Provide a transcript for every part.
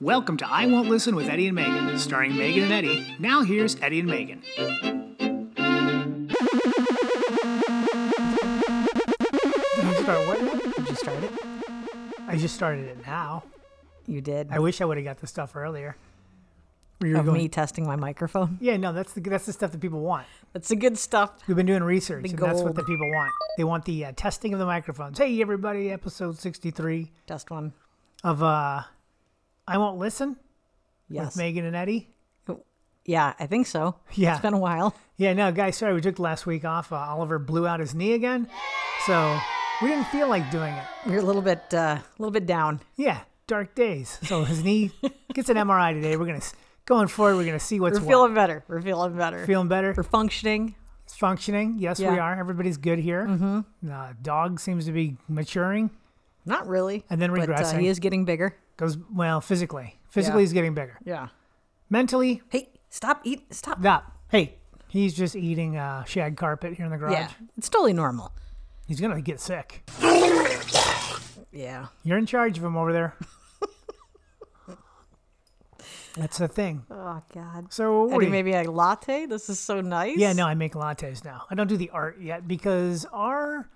Welcome to I Won't Listen with Eddie and Megan, starring Megan and Eddie. Now here's Eddie and Megan. Start what? Did you start it? I just started it now. You did. I wish I would have got the stuff earlier. Where you were of going- me testing my microphone. Yeah, no, that's the that's the stuff that people want. That's the good stuff. We've been doing research, The and that's what gold. the people want. They want the uh, testing of the microphones. Hey, everybody! Episode sixty-three Test one. of uh, I won't listen Yes. with Megan and Eddie. Yeah, I think so. Yeah, It's been a while. yeah. No, guys, sorry we took last week off. Uh, Oliver blew out his knee again, so we didn't feel like doing it. You're a little bit, uh, a little bit down. Yeah, dark days. So his knee gets an MRI today. We're gonna s- going forward. We're gonna see what's We're what. feeling better. We're feeling better. feeling better. We're functioning. It's functioning. Yes, we Yeah. are. Everybody's good here. Mm-hmm. Uh, dog seems to be maturing. Not really. And then but, uh, regressing. he is getting bigger. Goes well physically. Physically, Yeah. he's getting bigger. Yeah. Mentally, Hey, stop eat. Stop. that. Hey, he's just eating uh, shag carpet here in the garage. Yeah, it's totally normal. He's gonna get sick. Yeah. You're in charge of him over there. That's the thing. Oh God. So what do Eddie, you- maybe a latte. This is so nice. yeah, no, I make lattes now. I don't do the art yet because our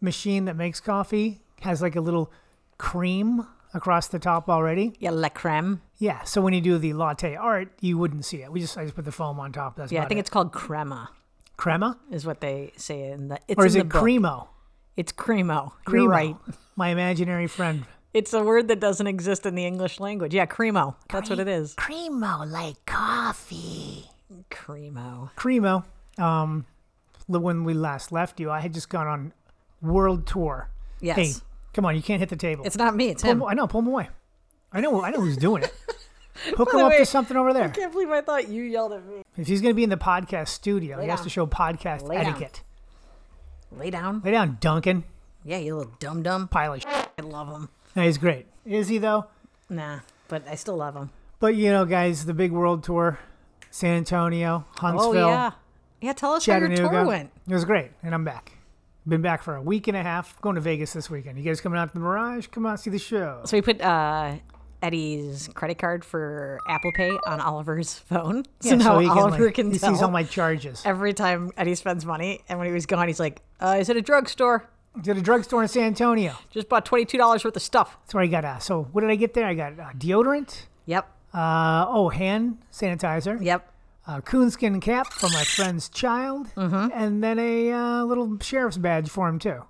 machine that makes coffee has like a little cream across the top already. Yeah, la creme. Yeah, so when you do the latte art, you wouldn't see it. We just I just put the foam on top. That's Yeah, I about think it. it's called crema, crema is what they say in the. It's or is in it the book. cremo? It's cremo. Cremo, You're right. My imaginary friend. It's a word that doesn't exist in the English language. Yeah, cremo. That's what it is. Cremo like coffee. Cremo. Cremo. Um, l- when we last left you, I had just gone on world tour. Yes. Hey, come on, you can't hit the table. It's not me, it's Pull him. 'em- I know. Pull him away. I know. I know who's doing it. Hook him the up way- to something over there. I can't believe I thought you yelled at me. If he's going to be in the podcast studio, he has down. to show podcast Lay down. etiquette. Lay down. Lay down, Duncan. Yeah, you little dum dum. Pile of shit. I love him. No, he's great. Is he though? Nah, but I still love him. But you know, guys, the big world tour, San Antonio, Huntsville, Oh, yeah. Yeah, tell us how your Chattanooga. tour went. It was great, and I'm back. Been back for a week and a half. Going to Vegas this weekend. You guys coming out to the Mirage? Come on, see the show. So we put uh, Eddie's credit card for Apple Pay on Oliver's phone. So Yeah, now he can, Oliver like, can, he tell sees all my charges. every time Eddie spends money. And when he was gone, he's like, uh, is it a drugstore? Did a drugstore in San Antonio. Just bought $22 worth of stuff. That's where I got. Uh, so what did I get there? I got uh, deodorant. Yep. Uh, oh, hand sanitizer. Yep. A coonskin cap for my friend's child, Mm-hmm. and then a uh, little sheriff's badge for him too.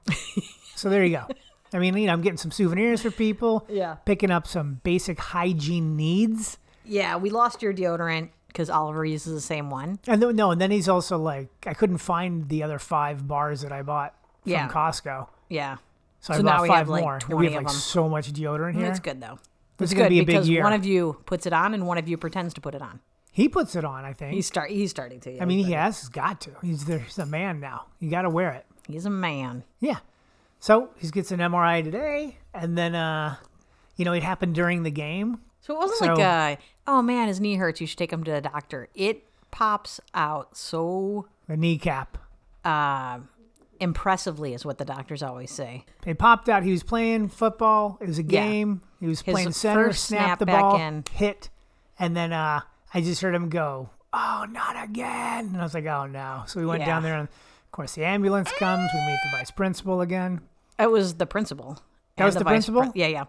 so there you go. I mean, you know, I'm getting some souvenirs for people. Yeah. picking up some basic hygiene needs. Yeah, we lost your deodorant because Oliver uses the same one. And th- no, and then he's also like, I couldn't find the other five bars that I bought from Yeah. Costco, Yeah. so, I So bought now we five have, like, more. And 20 we have of like 'em. so much deodorant here. That's good though. This It's is gonna good be a big because year. one of you puts it on and one of you pretends to put it on. He puts it on, I think. He's start he's starting to. Yeah, I mean, he has he's got to. He's there. He's a man now. You got to wear it. he's a man. Yeah. So he gets an MRI today, and then uh, you know it happened during the game. So it wasn't So- like a oh man, his knee hurts. You should take him to the doctor. It pops out so The kneecap. uh, impressively, is what the doctors always say. It popped out. He was playing football. It was a Yeah. game. He was His playing center. first Snapped snap the back ball. in. Hit, and then uh, I just heard him go, "Oh, not again!" And I was like, "Oh no!" So we went Yeah. down there, and of course the ambulance comes. We meet the vice principal again. It was the principal. That and was the vice prin- principal? yeah, yeah.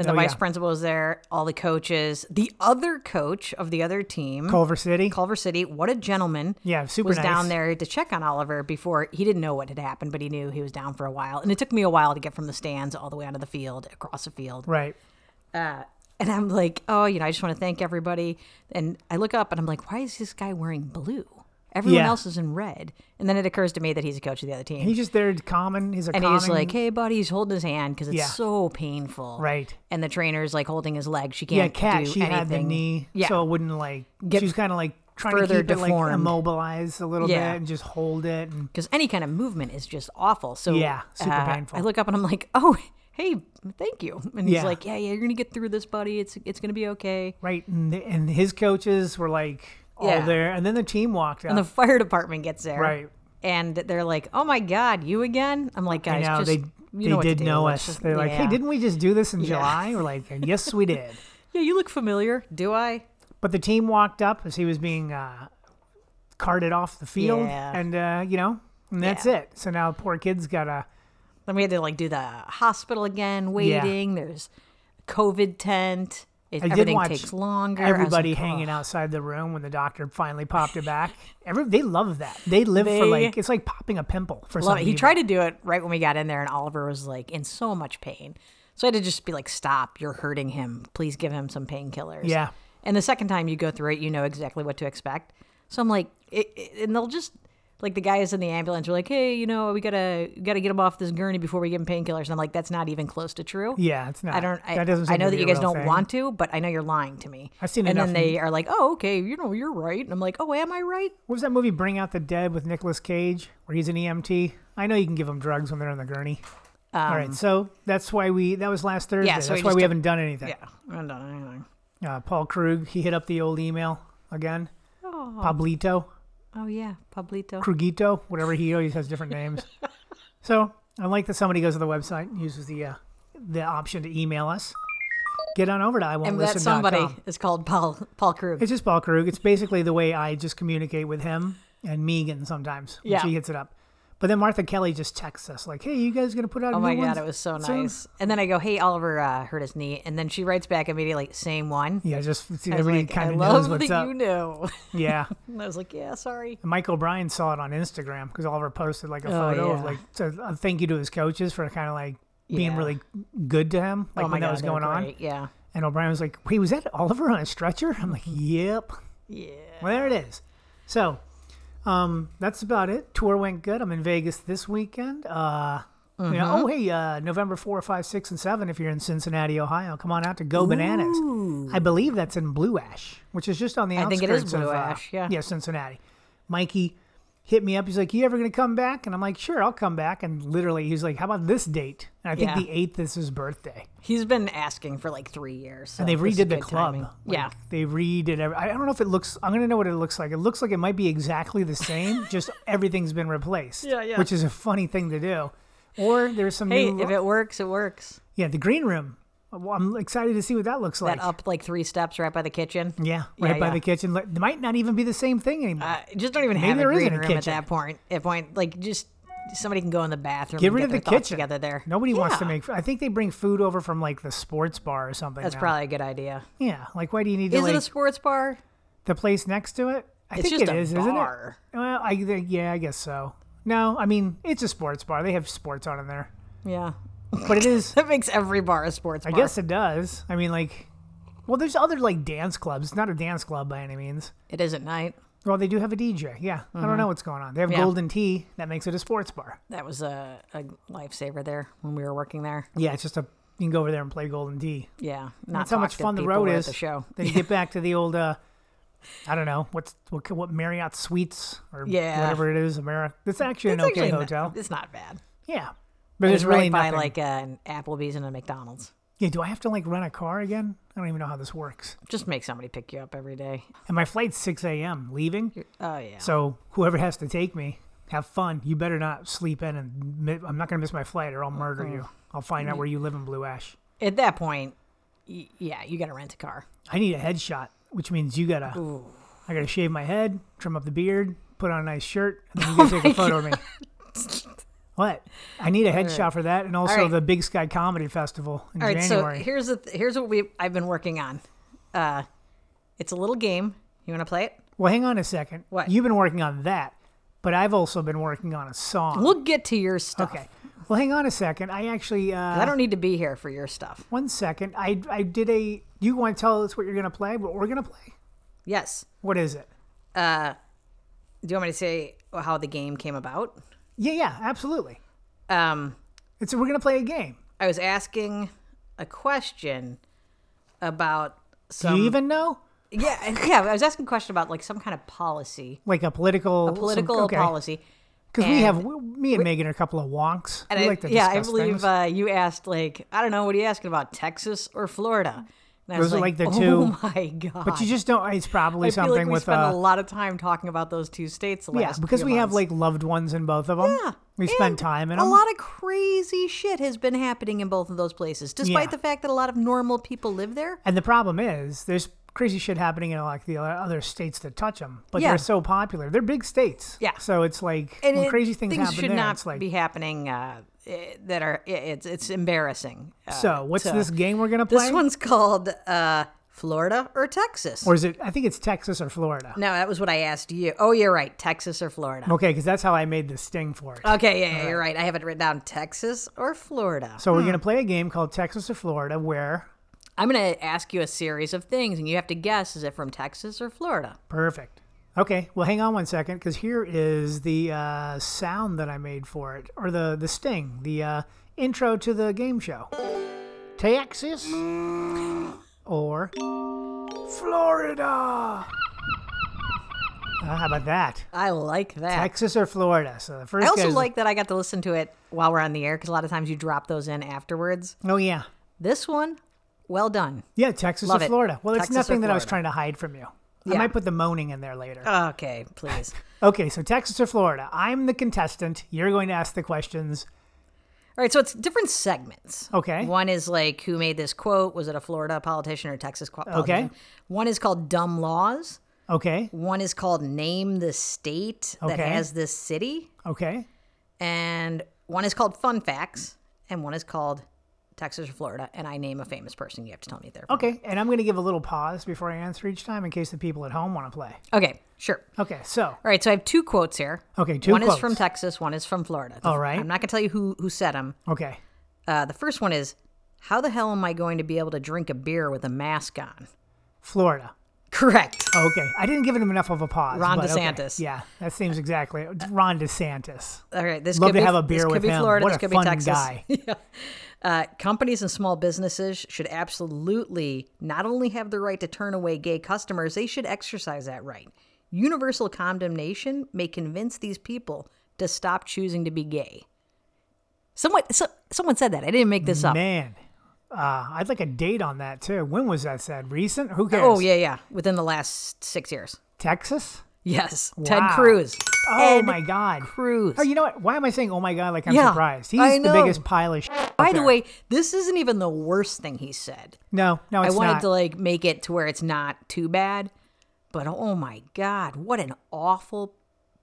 And Oh, the vice yeah. principal was there. All the coaches. The other coach of the other team. Culver City. Culver City. What a gentleman. Yeah, super was nice. down there to check on Oliver before he didn't know what had happened, but he knew he was down for a while. And it took me a while to get from the stands all the way onto the field, across the field. Right. Uh, and I'm like, oh, you know, I just want to thank everybody. And I look up and I'm like, why is this guy wearing blue? Everyone Yeah. else is in red. And then it occurs to me that he's a coach of the other team. He's just there to common. He's a and common. he's like, hey, buddy, he's holding his hand because it's Yeah. so painful. Right. And the trainer's like holding his leg. She yeah, can't Kat, do she anything. had the knee, Yeah. so it wouldn't like. Get she was kind of like trying to further keep it like deformed. immobilized a little Yeah. bit and just hold it. And because any kind of movement is just awful. So uh, Yeah, super painful. I look up and I'm like, oh, hey, thank you. And he's Yeah. like, yeah, yeah, you're gonna get through this, buddy. It's it's gonna be okay. right, and, the, and his coaches were like all Yeah. there, and then the team walked out. And the fire department gets there, Right. And they're like, oh my god, you again? I'm like, I guys, know just, they you they know what to did do. know Let's us. just- They're like, hey, yeah." didn't we just do this in July? We're like, yes, we did. Yeah, you look familiar. Do I? But the team walked up as he was being uh, carted off the field, Yeah. and uh, you know, and that's Yeah. it. So now the poor kid's got uh, to Then we had to like do the hospital again, Yeah. waiting. There's COVID tent. It, I did everything watch takes longer. I was everybody like, hanging "Ugh." outside the room when the doctor finally popped it back. Every they love that. They live for They- like it's like popping a pimple for Love some it. people. He tried to do it right when we got in there, and Oliver was like in so much pain. So I had to just be like, "Stop! You're hurting him. Please give him some painkillers." Yeah. And the second time you go through it, you know exactly what to expect. So I'm like, it, it- and they'll just like the guy is in the ambulance. We're like, "Hey, you know, we gotta we gotta get him off this gurney before we give him painkillers." And I'm like, "That's not even close to true." Yeah, it's not. I don't. I, that doesn't. I seem know to that be you a guys real don't thing. want to, but I know you're lying to me. I've seen And enough- then they are like, "Oh, okay, you know, you're right," and I'm like, "Oh, am I right?" What was that movie Bring Out the Dead with Nicolas Cage where he's an EMT? I know you can give them drugs when they're on the gurney. All right, so that's why we that was last Thursday. Um, so we that's why just we did- haven't done anything. Yeah. I don't know anything. Uh, Paul Krug, he hit up the old email again. Pablito, Oh yeah, Pablito. Krugito, whatever he always has different names. so I like that somebody goes to the website and uses the uh, the option to email us. Get on over to I won't And listen. that somebody is called Paul Paul Krug. It's just Paul Krug. It's basically the way I just communicate with him and Megan sometimes. when Yeah. She hits it up. But then Martha Kelly just texts us like, hey, you guys going to put out Oh new my god, ones it was so soon?" nice. And then I go, "Hey, Oliver uh, hurt his knee," and then she writes back immediately, "Same one." Yeah, just see, I was everybody like, kind I of love knows what's that up. you know. Yeah. And I was like, "Yeah, sorry." Mike O'Brien saw it on Instagram because Oliver posted like a photo of Oh, yeah. like to- a thank you to his coaches for kind of like being Yeah. really good to him, like oh my when god, that was they were going on. great. Yeah. And O'Brien was like, wait, was that Oliver on a stretcher? I'm like, yep. Yeah. Well, there it is. So, um, that's about it. Tour went good. I'm in Vegas this weekend. Uh, you know, Mm-hmm. oh, hey, uh, November 4, 5, 6, and 7, if you're in Cincinnati, Ohio, come on out to Go Bananas. I believe that's in Blue Ash, which is just on the I outskirts think it is Blue of, uh, Ash, yeah. yeah, Cincinnati. Mikey hit me up. He's like, you ever going to come back? And I'm like, sure, I'll come back. And literally, he's like, how about this date? And I think Yeah. the 8th is his birthday. He's been asking for like three years, so And they this is redid the good club. timing. Like, yeah, They redid every, I don't know if it looks I'm gonna know what it looks like. It looks like it might be exactly the same, just everything's been replaced. Yeah, yeah. Which is a funny thing to do. Or there's some Hey, new if it works, it works. Yeah, the green room. Well, I'm excited to see what that looks like. That up like three steps right by the kitchen. Yeah, right Yeah, by yeah. the kitchen. Like, It might not even be the same thing anymore. Uh, just don't even have there a isn't green a room at kitchen. that point. At point, like just somebody can go in the bathroom. Get and rid of the their thoughts kitchen. together there. Nobody wants to Yeah. make. I think they bring food over from like the sports bar or something. That's now. probably a good idea. yeah. Like, why do you need Is to like it a sports bar? the place next to it? I It's think just it a is, isn't it? bar. Well, I think yeah, I guess so. No, I mean it's a sports bar. They have sports on in there, Yeah, but it is. that makes every bar a sports I bar. guess it does. I mean, like, well, there's other like dance clubs. It's not a dance club by any means. it is at night. Well, they do have a DJ. Yeah, I don't know what's going on. They have Mm-hmm. Yeah. Golden Tea that makes it a sports bar. That was a, a lifesaver there when we were working there. Yeah, it's just a you can go over there and play Golden Tea. Yeah, not That's how talk much to fun the people road at is. The show. Then you get back to the old. uh I don't know what's what what Marriott Suites or Yeah. whatever it is. America. It's actually It's an okay actually not- hotel. it's not bad. yeah, but It's it's really right by nothing. like an Applebee's and a McDonald's. Yeah, do I have to like rent a car again? I don't even know how this works. Just make somebody pick you up every day. And my flight's 6 a.m. leaving. Oh yeah. So whoever has to take me, have fun. You better not sleep in, and mi- I'm not going to miss my flight or I'll murder you. I'll find out where you live in Blue Ash. at that point, y- yeah, you got to rent a car. I need a headshot, which means you got to, I got to shave my head, trim up the beard, put on a nice shirt, and then you got to take a photo of me. What? I need a headshot for that, and also right. the Big Sky Comedy Festival in All right, January. so here's the th- here's what we I've been working on. Uh, it's a little game. You want to play it? well, hang on a second. What? You've been working on that, but I've also been working on a song. We'll get to your stuff. Okay. Well, hang on a second. I actually uh, I don't need to be here for your stuff. one second. I I did a. You want to tell us what you're gonna play? What we're gonna play? Yes. What is it? Do you want me to say how the game came about? Yeah, yeah, absolutely. Um, It's we're gonna play a game. I was asking a question about Do some. you even know? yeah, yeah. I was asking a question about like some kind of policy, Like a political political policy. Because we have and- we, me and Megan are a couple of wonks. And we I, like to yeah, I discuss believe things. uh, you asked like I don't know what are you asking about Texas or Florida, And I Those was are like the oh two- my god! But you just don't. It's probably I feel something like we with spent uh, a lot of time talking about those two states. The yeah, last because few we have months. like loved ones in both of them. Yeah. we And spend time in a them. lot of crazy shit has been happening in both of those places, despite Yeah. the fact that a lot of normal people live there. And the problem is, there's crazy shit happening in like the other states that touch them, but Yeah. they're so popular. They're big states. Yeah. So it's like And when it- crazy things, happen should there, not it's like. be happening. Uh, eh, that are eh, it's it's embarrassing. Uh, so what's to- this game we're gonna play? This one's called uh, Florida or Texas. or is it? I think it's Texas or Florida. no, that was what I asked you. Oh, you're right, Texas or Florida. Okay, because that's how I made the sting for it. Okay, yeah, yeah, you're right. I have it written down: Texas or Florida. so we're gonna play a game called Texas or Florida, where I'm going to ask you a series of things, and you have to guess: is it from Texas or Florida? perfect. Okay, well, hang on one second, because here is the uh, sound that I made for it, or the the sting, the uh, intro to the game show. Texas or Florida. Ah, how about that? I like that. Texas or Florida? So the first. I also goes- like that I got to listen to it while we're on the air because a lot of times you drop those in afterwards. Oh yeah, This one, well done. yeah. Texas Love or it. Florida. Well, it's Texas or nothing that I was Florida. trying to hide from you. Yeah. Oh. I might put the moaning in there later. Okay, please. Okay, so Texas or Florida? I'm the contestant. You're going to ask the questions. All right, so it's different segments. Okay. One is like who made this quote? Was it a Florida politician or Texas qu- politician? Okay. One is called dumb laws. Okay, One is called name the state that Okay. has this city, okay. and one is called fun facts, and one is called Texas or Florida. And I name a famous person. You have to tell me there. Okay, and I'm going to give a little pause before I answer each time in case the people at home want to play. Okay. Sure. Okay, so, All right, so I have two quotes here. Okay, two One is from quotes. Texas, one is from Florida. All right. I'm not going to tell you who who said them. okay. Uh, the first one is, "How the hell am I going to be able to drink a beer with a mask on?" Florida. Correct. Okay, I didn't give him enough of a pause. Ron but okay. DeSantis. Yeah, that seems exactly. Ron DeSantis. All right, this Love to could be, have a this beer could with be him. Florida. What this a could fun be Texas. guy. Yeah. Uh, companies and small businesses should absolutely not only have the right to turn away gay customers, they should exercise that right. Universal condemnation may convince these people to stop choosing to be gay. Someone, so, someone said that. I didn't make this up. Man, uh, I'd like a date on that too. When was that said? Recent? Who cares? Oh yeah, yeah. Within the last six years. Texas? Yes, Ted Wow. Cruz. Oh Ted my God. Cruz. Oh, you know what? Why am I saying, oh my God, like I'm Yeah, surprised? He's I the know. biggest pile of shit. By the way, this isn't even the worst thing he said. No, no, I Oh, it's wanted not. to like make it to where it's not too bad, but oh my god, what an awful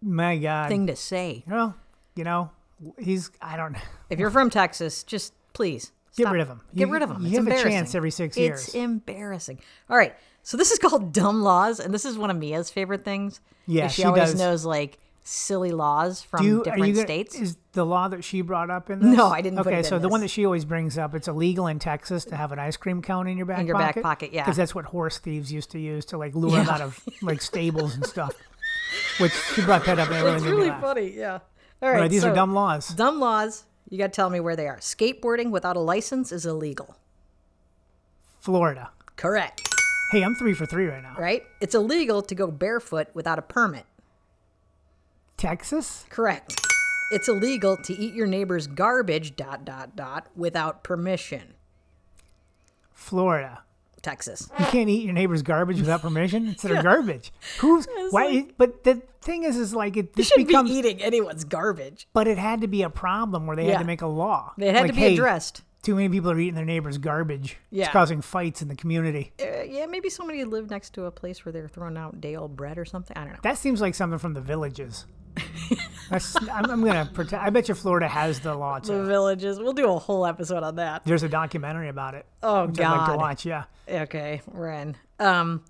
My God. thing to say. Well, you know, he's. I don't. If you're from Texas, just please Get stop- rid of him. Get You- rid of him. you It's have a chance embarrassing. every six years. It's embarrassing. All right, so this is called dumb laws, and this is one of Mia's favorite things. Yeah, is she, she always does. knows like silly laws from Do you, are different you gonna- states. Is the law that she brought up in this? No, I didn't put Okay, it in so the one this. that she always brings up, it's illegal in Texas to have an ice cream cone in your back In your back pocket. pocket, yeah. because that's what horse thieves used to use to like lure them Yeah. out of like stables and stuff. Which she brought that up and it really it's made me really laugh. funny. Yeah. All All right. right, these so are dumb laws. dumb laws. You got to tell me where they are. Skateboarding without a license is illegal. Florida. Correct. Hey, I'm three for three right now. Right? It's illegal to go barefoot without a permit. Texas. Correct. It's illegal to eat your neighbor's garbage dot dot dot without permission. Florida. Texas. You can't eat your neighbor's garbage without permission. It's their garbage. Who's why? but the thing is, is like it. This Shouldn't becomes be eating anyone's garbage. But it had to be a problem where they had Yeah. to make a law. It had Like, to be hey, addressed. Too many people are eating their neighbor's garbage. Yeah. It's causing fights in the community. Uh, yeah, maybe somebody lived next to a place where they're throwing out day old bread or something. I don't know. That seems like something from the villages. That's, I'm, I'm gonna pretend. I bet you Florida has the law The too. villages. We'll do a whole episode on that. There's a documentary about it. Oh, which I'd like to God. watch. Yeah. Okay, we're in. Um,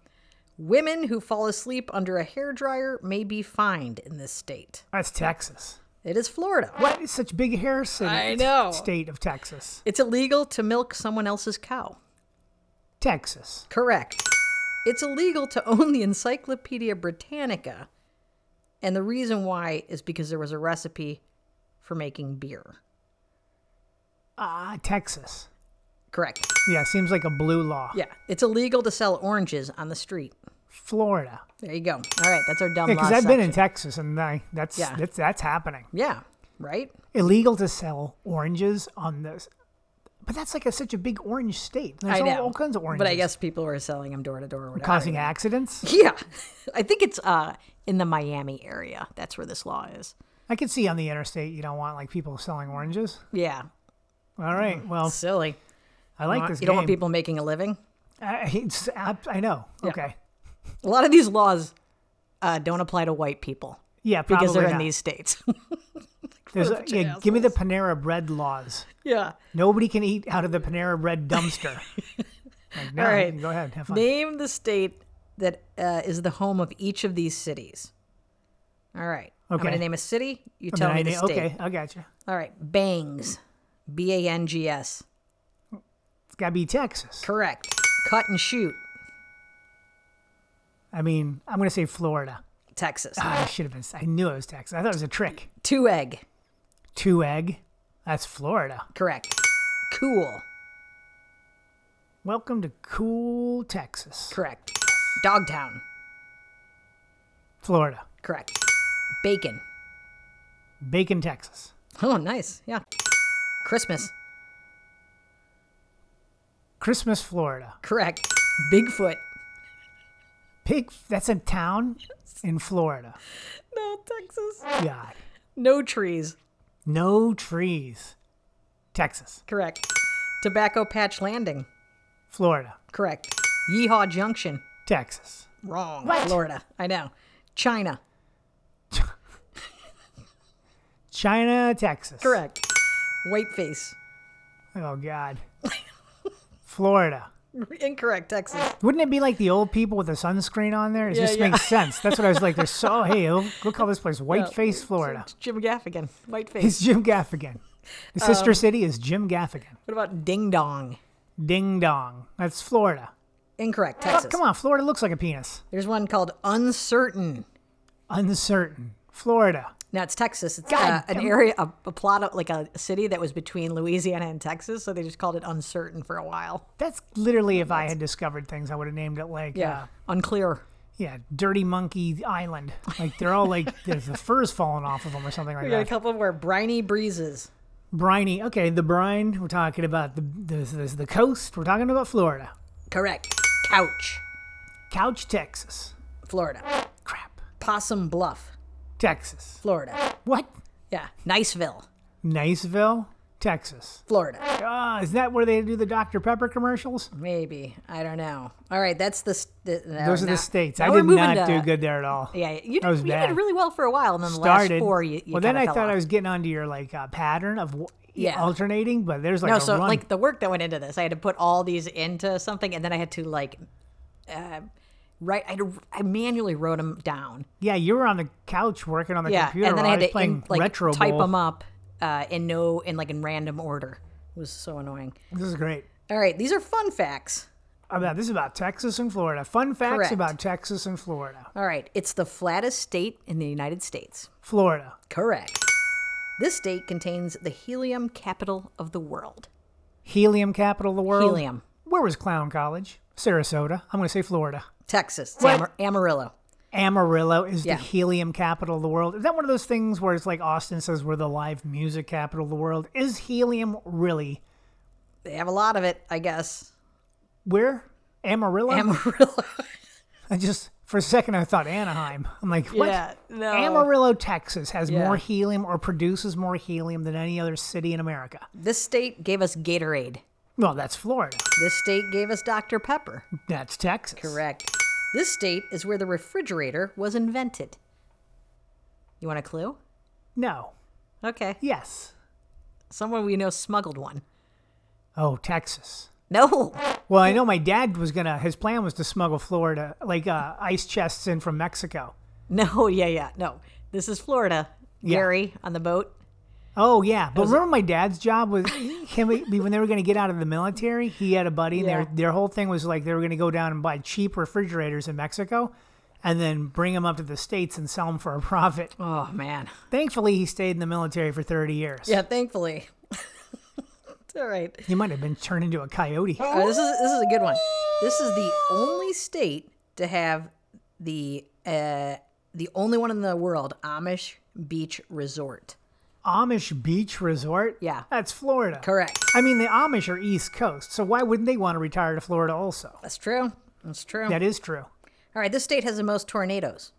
women who fall asleep under a hairdryer may be fined in this state. That's Texas. It is Florida. What is such big hair city? I know. State of Texas. It's illegal to milk someone else's cow. Texas. Correct. It's illegal to own the Encyclopedia Britannica. And the reason why is because there was a recipe for making beer. Ah, Texas. Correct. Yeah, seems like a blue law. Yeah. It's illegal to sell oranges on the street. Florida. There you go. All right, that's our dumb Yeah, laws because I've been section. in Texas, and I, that's, Yeah. that's that's happening. Yeah, right? illegal to sell oranges on the But that's like a, such a big orange state. There's I all, know. all kinds of oranges. But I guess people were selling them door to door or whatever. causing accidents. Yeah. I think it's uh in the Miami area. That's where this law is. I can see on the interstate you don't want like people selling oranges. Yeah. All right. Well, Silly. I like this Mm-hmm. you game. don't want people making a living. I, it's, I, I know. Okay. A lot of these laws uh, don't apply to white people Yeah, because probably they're in not. these states. There's a- bunch of yeah, give me the Panera Bread laws. yeah. Nobody can eat out of the Panera Bread dumpster. Like, no, All you right. can go ahead, have fun. Name the state that uh, is the home of each of these cities. All right. I'm going Okay. to name a city. You And tell then me I the na- state. okay, I got you. All right. Bangs. B A N G S. It's got to be Texas. Correct. Cut and shoot. I mean, I'm going to say Florida. Texas. Ah, I should have been. I knew it was Texas. I thought it was a trick. Two egg. Two egg. That's Florida. Correct. Cool. Welcome to cool Texas. Correct. Dogtown. Florida. Correct. Bacon. Bacon, Texas. Oh, nice. Yeah. Christmas. Christmas, Florida. Correct. Bigfoot. Pig. That's a town in Florida. No, Texas. God. No trees. No trees. Texas. Correct. Tobacco Patch Landing. Florida. Correct. Yeehaw Junction. Texas. Wrong. What? Florida. I know. China. China, Texas. Correct. Whiteface. Oh God. Florida. Incorrect. Texas. Wouldn't it be like the old people with the sunscreen on there? It Yeah, just yeah. makes sense. That's what I was like. They're so hey, look look how this place Whiteface, Face, Florida. It's Jim Gaffigan. Whiteface. It's Jim Gaffigan. The sister Um, city is Jim Gaffigan. What about Ding Dong? Ding dong. That's Florida. Incorrect. Oh, Texas. come on, Florida looks like a penis. There's one called Uncertain. Uncertain. Florida. Now it's Texas. It's uh, God an damn- area, a, a plot of like a city that was between Louisiana and Texas, so they just called it uncertain for a while. That's literally if I had discovered things, I would have named it like yeah, uh, unclear. yeah, Dirty Monkey Island. Like they're all like there's the fur's falling off of them or something like We got a that. couple more briny breezes. Briny. Okay, the brine. We're talking about the the, the, the coast. We're talking about Florida. Correct. Couch, Couch, Texas. Florida. Crap. Possum Bluff, Texas. Florida. What? Yeah, Niceville, Niceville, Texas. Florida. Ah, is that where they do the Dr. Pepper commercials? Maybe. I don't know. All right, that's the. s- the now- Those are now- the states. now I we're did moving not to- do good there at all. Yeah, you, I was did, you bad. did really well for a while, and then the Started. last four, you, you well, then kinda I fell thought off. I was getting onto your like uh, pattern of w- Yeah. alternating, but there's like No, a Oh, so run. like the work that went into this, I had to put all these into something, and then I had to like uh, write. I, had to- I manually wrote them down. yeah, you were on the couch working on the Yeah, computer. and then while I I had was to playing in, like retro type Bowl. them up uh, in no in like in random order. It was so annoying. This is great. All right, these are fun facts. About this is about Texas and Florida. Fun facts Correct. about Texas and Florida. All right, it's the flattest state in the United States. Florida. Correct. This state contains the helium capital of the world. Helium capital of the world. Helium. Where was Clown College? Sarasota. I'm going to say Florida. Texas, it's What? Amar- Amarillo. Amarillo is Yeah. the helium capital of the world. Is that one of those things where it's like Austin says we're the live music capital of the world? Is helium really They have a lot of it, I guess. where? Amarillo? Amarillo. I just for a second I thought Anaheim. I'm like, what? no. Amarillo, Texas has Yeah. more helium or produces more helium than any other city in America. This state gave us Gatorade. Well, that's Florida. This state gave us Dr. Pepper. That's Texas. Correct. This state is where the refrigerator was invented. You want a clue? No. Okay. Yes. Someone we know smuggled one. Oh, Texas. No. Well, I know my dad was gonna. His plan was to smuggle Florida, like uh, ice chests in from Mexico. No, yeah, yeah. No. This is Florida. Gary on the boat. Oh yeah, but remember my dad's job was him when they were going to get out of the military. He had a buddy, and Yeah. their their whole thing was like they were going to go down and buy cheap refrigerators in Mexico, and then bring them up to the states and sell them for a profit. Oh man. Thankfully, he stayed in the military for thirty years. Yeah, thankfully. it's all right. he might have been turned into a coyote. All right, This is this is a good one. This is the only state to have the uh, the only one in the world Amish beach resort. Amish beach resort? Yeah. That's Florida. Correct. I mean, the Amish are East Coast, so why wouldn't they want to retire to Florida also? That's true. That's true. That is true. All right, this state has the most tornadoes.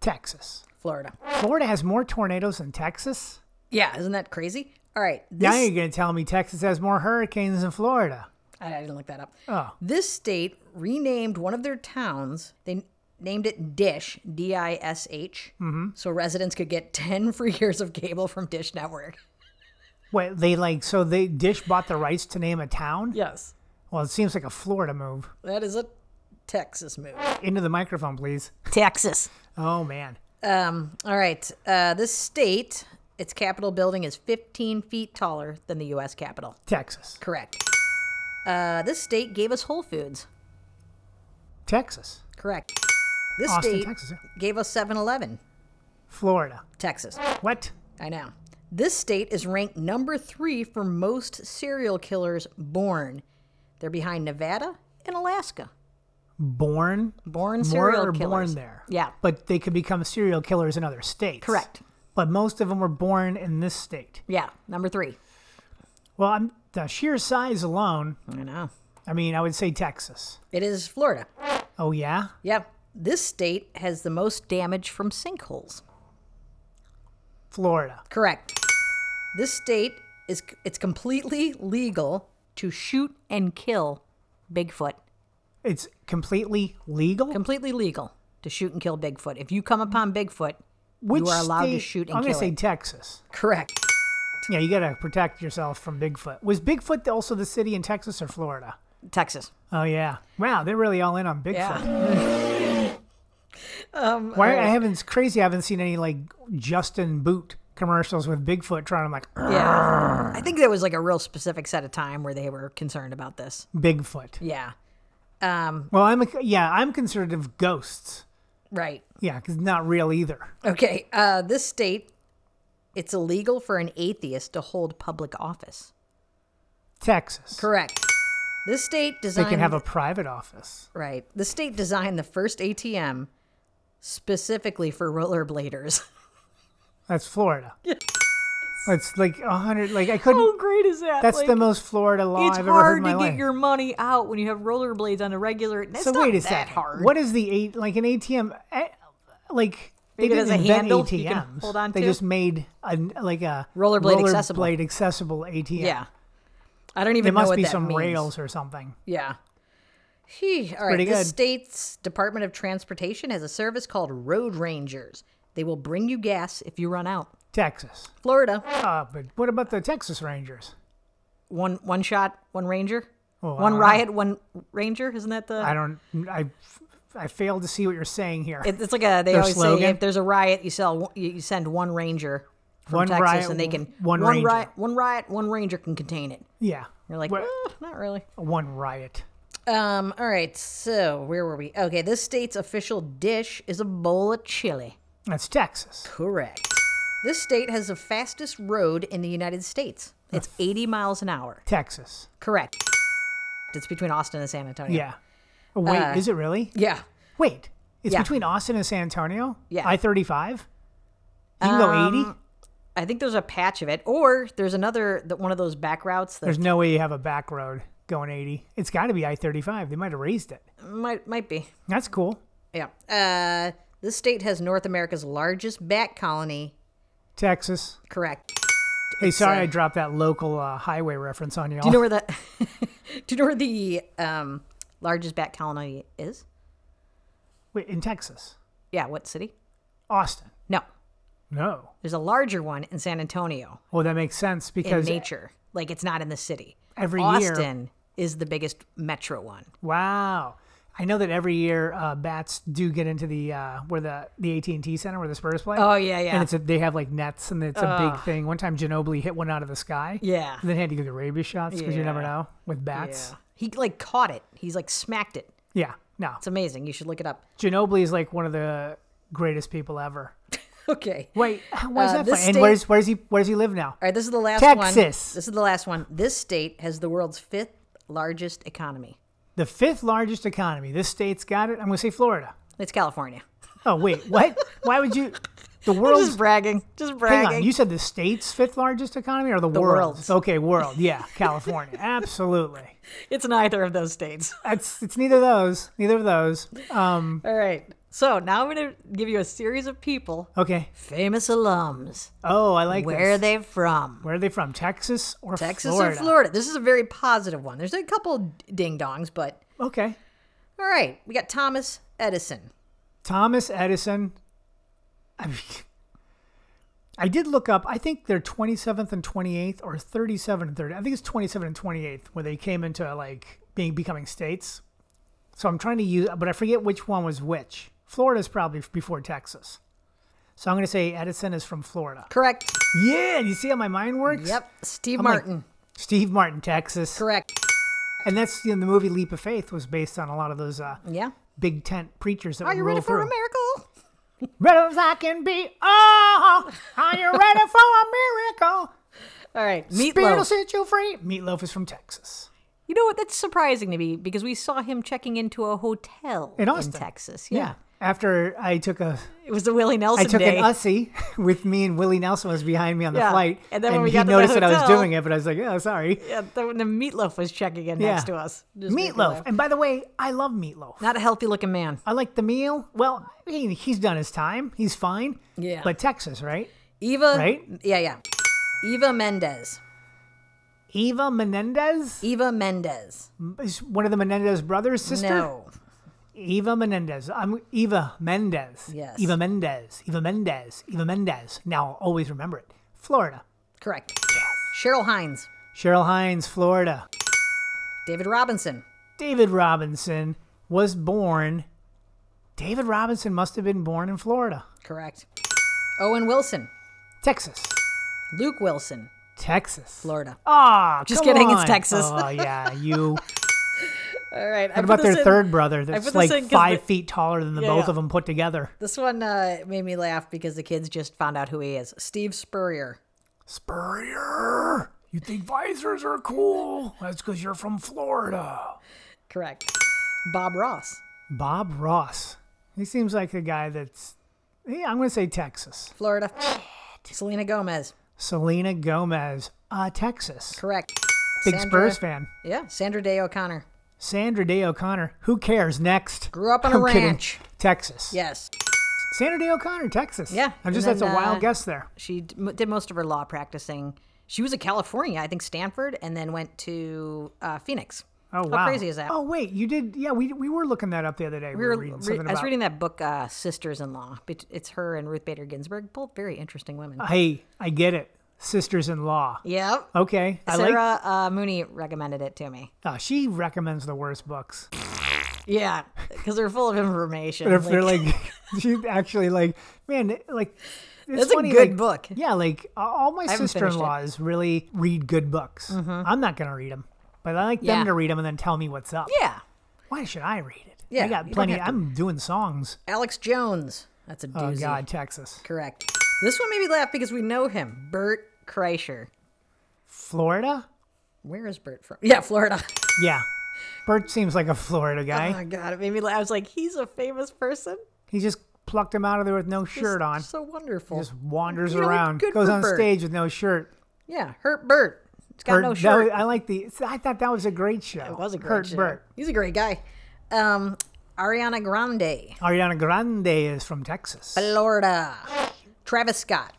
Texas. Florida. Florida has more tornadoes than Texas? Yeah, isn't that crazy? All right. Now this- you're going to tell me Texas has more hurricanes than Florida. I, I didn't look that up. Oh. This state renamed one of their towns. They n- named it Dish, D I S H, Mm-hmm. so residents could get 10 free years of cable from Dish Network. Wait, they like, so they Dish bought the rights to name a town? Yes. Well, it seems like a Florida move. That is a Texas move. Into the microphone, please. Texas. Oh, man. Um, all right. Uh, this state, its Capitol building is 15 feet taller than the U.S. Capitol. Texas. Correct. Uh, this state gave us Whole Foods. Texas. Correct. This Austin, state Texas, yeah. gave us 7 Eleven. Florida. Texas. What? I know. This state is ranked number three for most serial killers born. They're behind Nevada and Alaska. Born? Born More serial are born killers. there. Yeah. But they could become serial killers in other states. Correct. But most of them were born in this state. Yeah. Number three. Well, I'm, the sheer size alone, I know. I mean, I would say Texas. It is Florida. Oh, yeah? Yeah. This state has the most damage from sinkholes. Florida. Correct. This state is it's completely legal to shoot and kill Bigfoot. It's completely legal. Completely legal to shoot and kill Bigfoot. If you come upon Bigfoot, Which you are allowed to state- shoot and I'm kill gonna say it. Texas. correct. Yeah, you gotta protect yourself from Bigfoot. Was Bigfoot also the city in Texas or Florida? Texas. Oh yeah. Wow, they're really all in on Bigfoot. Yeah. Why I haven't it's crazy I haven't seen any like Justin Boot commercials with Bigfoot trying I'm like "Ugh, Yeah. I think there was like a real specific set of time where they were concerned about this. Bigfoot. Yeah. Um, Well, I'm a, yeah, I'm considered of ghosts. right. Yeah, cuz not real either. Okay. Uh, this state, it's illegal for an atheist to hold public office. Texas. Correct. This state They designed can have a private office. right. The state designed the first ATM specifically for rollerbladers. That's Florida. It's like a hundred. Like I couldn't. great is that? that's the most Florida law I've ever heard in my life. money out when you have rollerblades on a regular. It's So wait a second. What is the eight like an ATM? eh, Like they Maybe it has didn't a invent handle ATMs. you can hold on they to? just made a, like a Rollerblade accessible. rollerblade accessible ATM. Yeah. I don't even There know must what be that some means. rails or something. Yeah. Whew. All right. pretty The good. state's Department of Transportation has a service called Road Rangers. They will bring you gas if you run out. Texas. Florida, Uh, but what about the Texas Rangers? one one shot, one ranger, Oh, I one don't riot, one ranger. Isn't that the? I don't. I I failed to see what you're saying here. It- it's like a they Their always slogan? say if there's a riot, you sell one- you you send one ranger from One Texas, riot, and they can one ranger. riot, one riot, one ranger can contain it. yeah. You're like, What- "Eh, not really. one riot. Um. All right. So where were we? Okay. This state's official dish is a bowl of chili. That's Texas. Correct. This state has the fastest road in the United States. It's 80 miles an hour. Texas. Correct. It's between Austin and San Antonio. Yeah. Oh, wait, Uh, is it really? Yeah. Wait, it's yeah. between Austin and San Antonio. Yeah. Um, I thirty five. You can go eighty. I think there's a patch of it, or there's another that one of those back routes that There's no way you have a back road going 80. It's got to be I 35. They might have raised it. might might be. That's cool. Yeah. Uh, this state has North America's largest bat colony. Texas. Correct. Hey, sorry uh, I dropped that local uh, highway reference on y'all. Do you know where the Do you know where the um, largest bat colony is? Wait, in Texas. Yeah. What city? Austin. No. No. There's a larger one in San Antonio. Well, that makes sense in because nature. Like it's not in the city. every year- Austin is the biggest metro one. wow. I know that every year uh, bats do get into the uh, where the the AT and T Center where the Spurs play. Oh yeah, yeah. And it's a, they have like nets and it's a big thing. One time Ginobili hit one out of the sky. yeah. And then had to go get rabies shots because you never Yeah. know with bats. yeah. He like caught it. He's like smacked it. Yeah. No. It's amazing. You should look it up. Ginobili is like one of the greatest people ever. Okay. All Wait, where's Uh, that? this State- and state- where's where's he where's he live now? right, this is the last one. Texas. This is the last one. This state has the world's fifth largest economy. The fifth largest economy. This state's got it. I'm gonna say Florida. It's California. Oh wait, what? Why would you? The world's just bragging. Just Hang bragging. on. You said the state's fifth largest economy or the, world's? world's. Okay, world. Yeah, California. Absolutely. it's neither of those states. It's it's neither of those. Neither of those. Um. All right. So now I'm going to give you a series of people, Okay. famous alums. Oh, I like Where are this. they from? Where are they from? Texas or Texas Florida? or Florida? This is a very positive one. There's a couple ding dongs, but Okay. all right. We got Thomas Edison. Thomas Edison. I mean, I did look up. I think they're 27th and 28th, or 37 and 30. I think it's 27 and 28th where they came into like being becoming states. So I'm trying to use, but I forget which one was which. Florida's probably before Texas. So I'm going to say Edison is from Florida. Correct. Yeah, you see how my mind works? Yep. Steve I'm like- Martin. Steve Martin, Texas, Correct. and that's you know, the movie Leap of Faith was based on a lot of those uh, Yeah. big tent preachers that Are would you roll ready for through. a miracle? Ready as I can be. Oh, are you ready for a miracle? All right. Spirit will Meatloaf. set you free. Meatloaf is from Texas. You know what? That's surprising to me because we saw him checking into a hotel In Austin. Texas. Yeah. After I took a, It was the Willie I Nelson took day. an Ussie with me, and Willie Nelson was behind me on the Yeah. flight, And then when we he got to the noticed that I was hotel- doing it, but I was like, "Oh, sorry, yeah, the, when the meatloaf was checking in next Yeah. to us. Just made me meatloaf." laugh. And by the way, I love meatloaf. Not a healthy looking man. I like the meal. Well, I mean, he's done his time. He's fine. Yeah. But Texas, right? Eva. Right? Yeah, yeah. Eva Mendez. Eva Menendez Eva Mendez. is one of the Menendez brothers' sister. No. Eva Menendez. I'm Eva Mendez. Yes. Eva Mendez. Eva Mendez. Eva Mendez. Now I'll always remember it. Florida. Correct. Cheryl Hines. Cheryl Hines, Florida. David Robinson. David Robinson was born. David Robinson must have been born in Florida. Correct. Owen Wilson. Texas. Luke Wilson. Texas. Florida. Ah, Just come kidding, it's on. Texas. Oh yeah, you. All right. What about their third brother? That's put like this in 'cause five the- feet taller than the Yeah, both yeah. of them put together. This one uh, made me laugh because the kids just found out who he is. Steve Spurrier. Spurrier, you think visors are cool? That's because you're from Florida. Correct. Bob Ross. Bob Ross. He seems like a guy that's. Yeah, I'm going to say Texas. Florida. Selena Gomez. Selena Gomez, uh, Texas. Correct. Big Sandra- Spurs fan. Yeah. Sandra Day O'Connor. Sandra Day O'Connor. Who cares? Next. Grew up on a I'm kidding. ranch. Texas. Yes. Sandra Day O'Connor, Texas. Yeah, I'm just, and that's then, a wild uh, guess there. She d- m- did most of her law practicing. She was in California, I think Stanford, and then went to uh, Phoenix. Oh, how wow. crazy is that? Oh, wait. You did. Yeah, we, we were looking that up the other day. We were, reading re- something I was about. reading that book, uh, Sisters in Law. Bet- It's her and Ruth Bader Ginsburg, both very interesting women. Hey, I get it. Sisters in law. yep. Okay. I like. Sarah uh, Mooney recommended it to me. Oh, she recommends the worst books. Yeah, because they're full of information. if they're like she actually like man like it's That's a funny, good like- book. yeah like a- all my haven't finished it. Mm-hmm. sister-in-laws really read good books i'm not gonna read them but i like Yeah. them to read them and then tell me what's up yeah. why should i read it Yeah, i got you don't plenty have to. i'm doing songs Alex Jones. That's a oh doozy. god texas Correct. This one made me laugh because we know him, Bert Kreischer. florida Where is Bert from? Yeah, Florida. yeah bert seems like a florida guy Oh my god, it made me laugh. I was like, he's a famous person. he just plucked him out of there with no shirt on So wonderful. just wanders You know what? around Good goes for on Bert. stage with no shirt Yeah, Hurt Bert. It's got Bert- no that shirt. was- i like the i thought that was a great show It was a great Hurt show. bert He's a great guy. Um, Ariana Grande, Ariana Grande is from Texas. Florida. Travis Scott,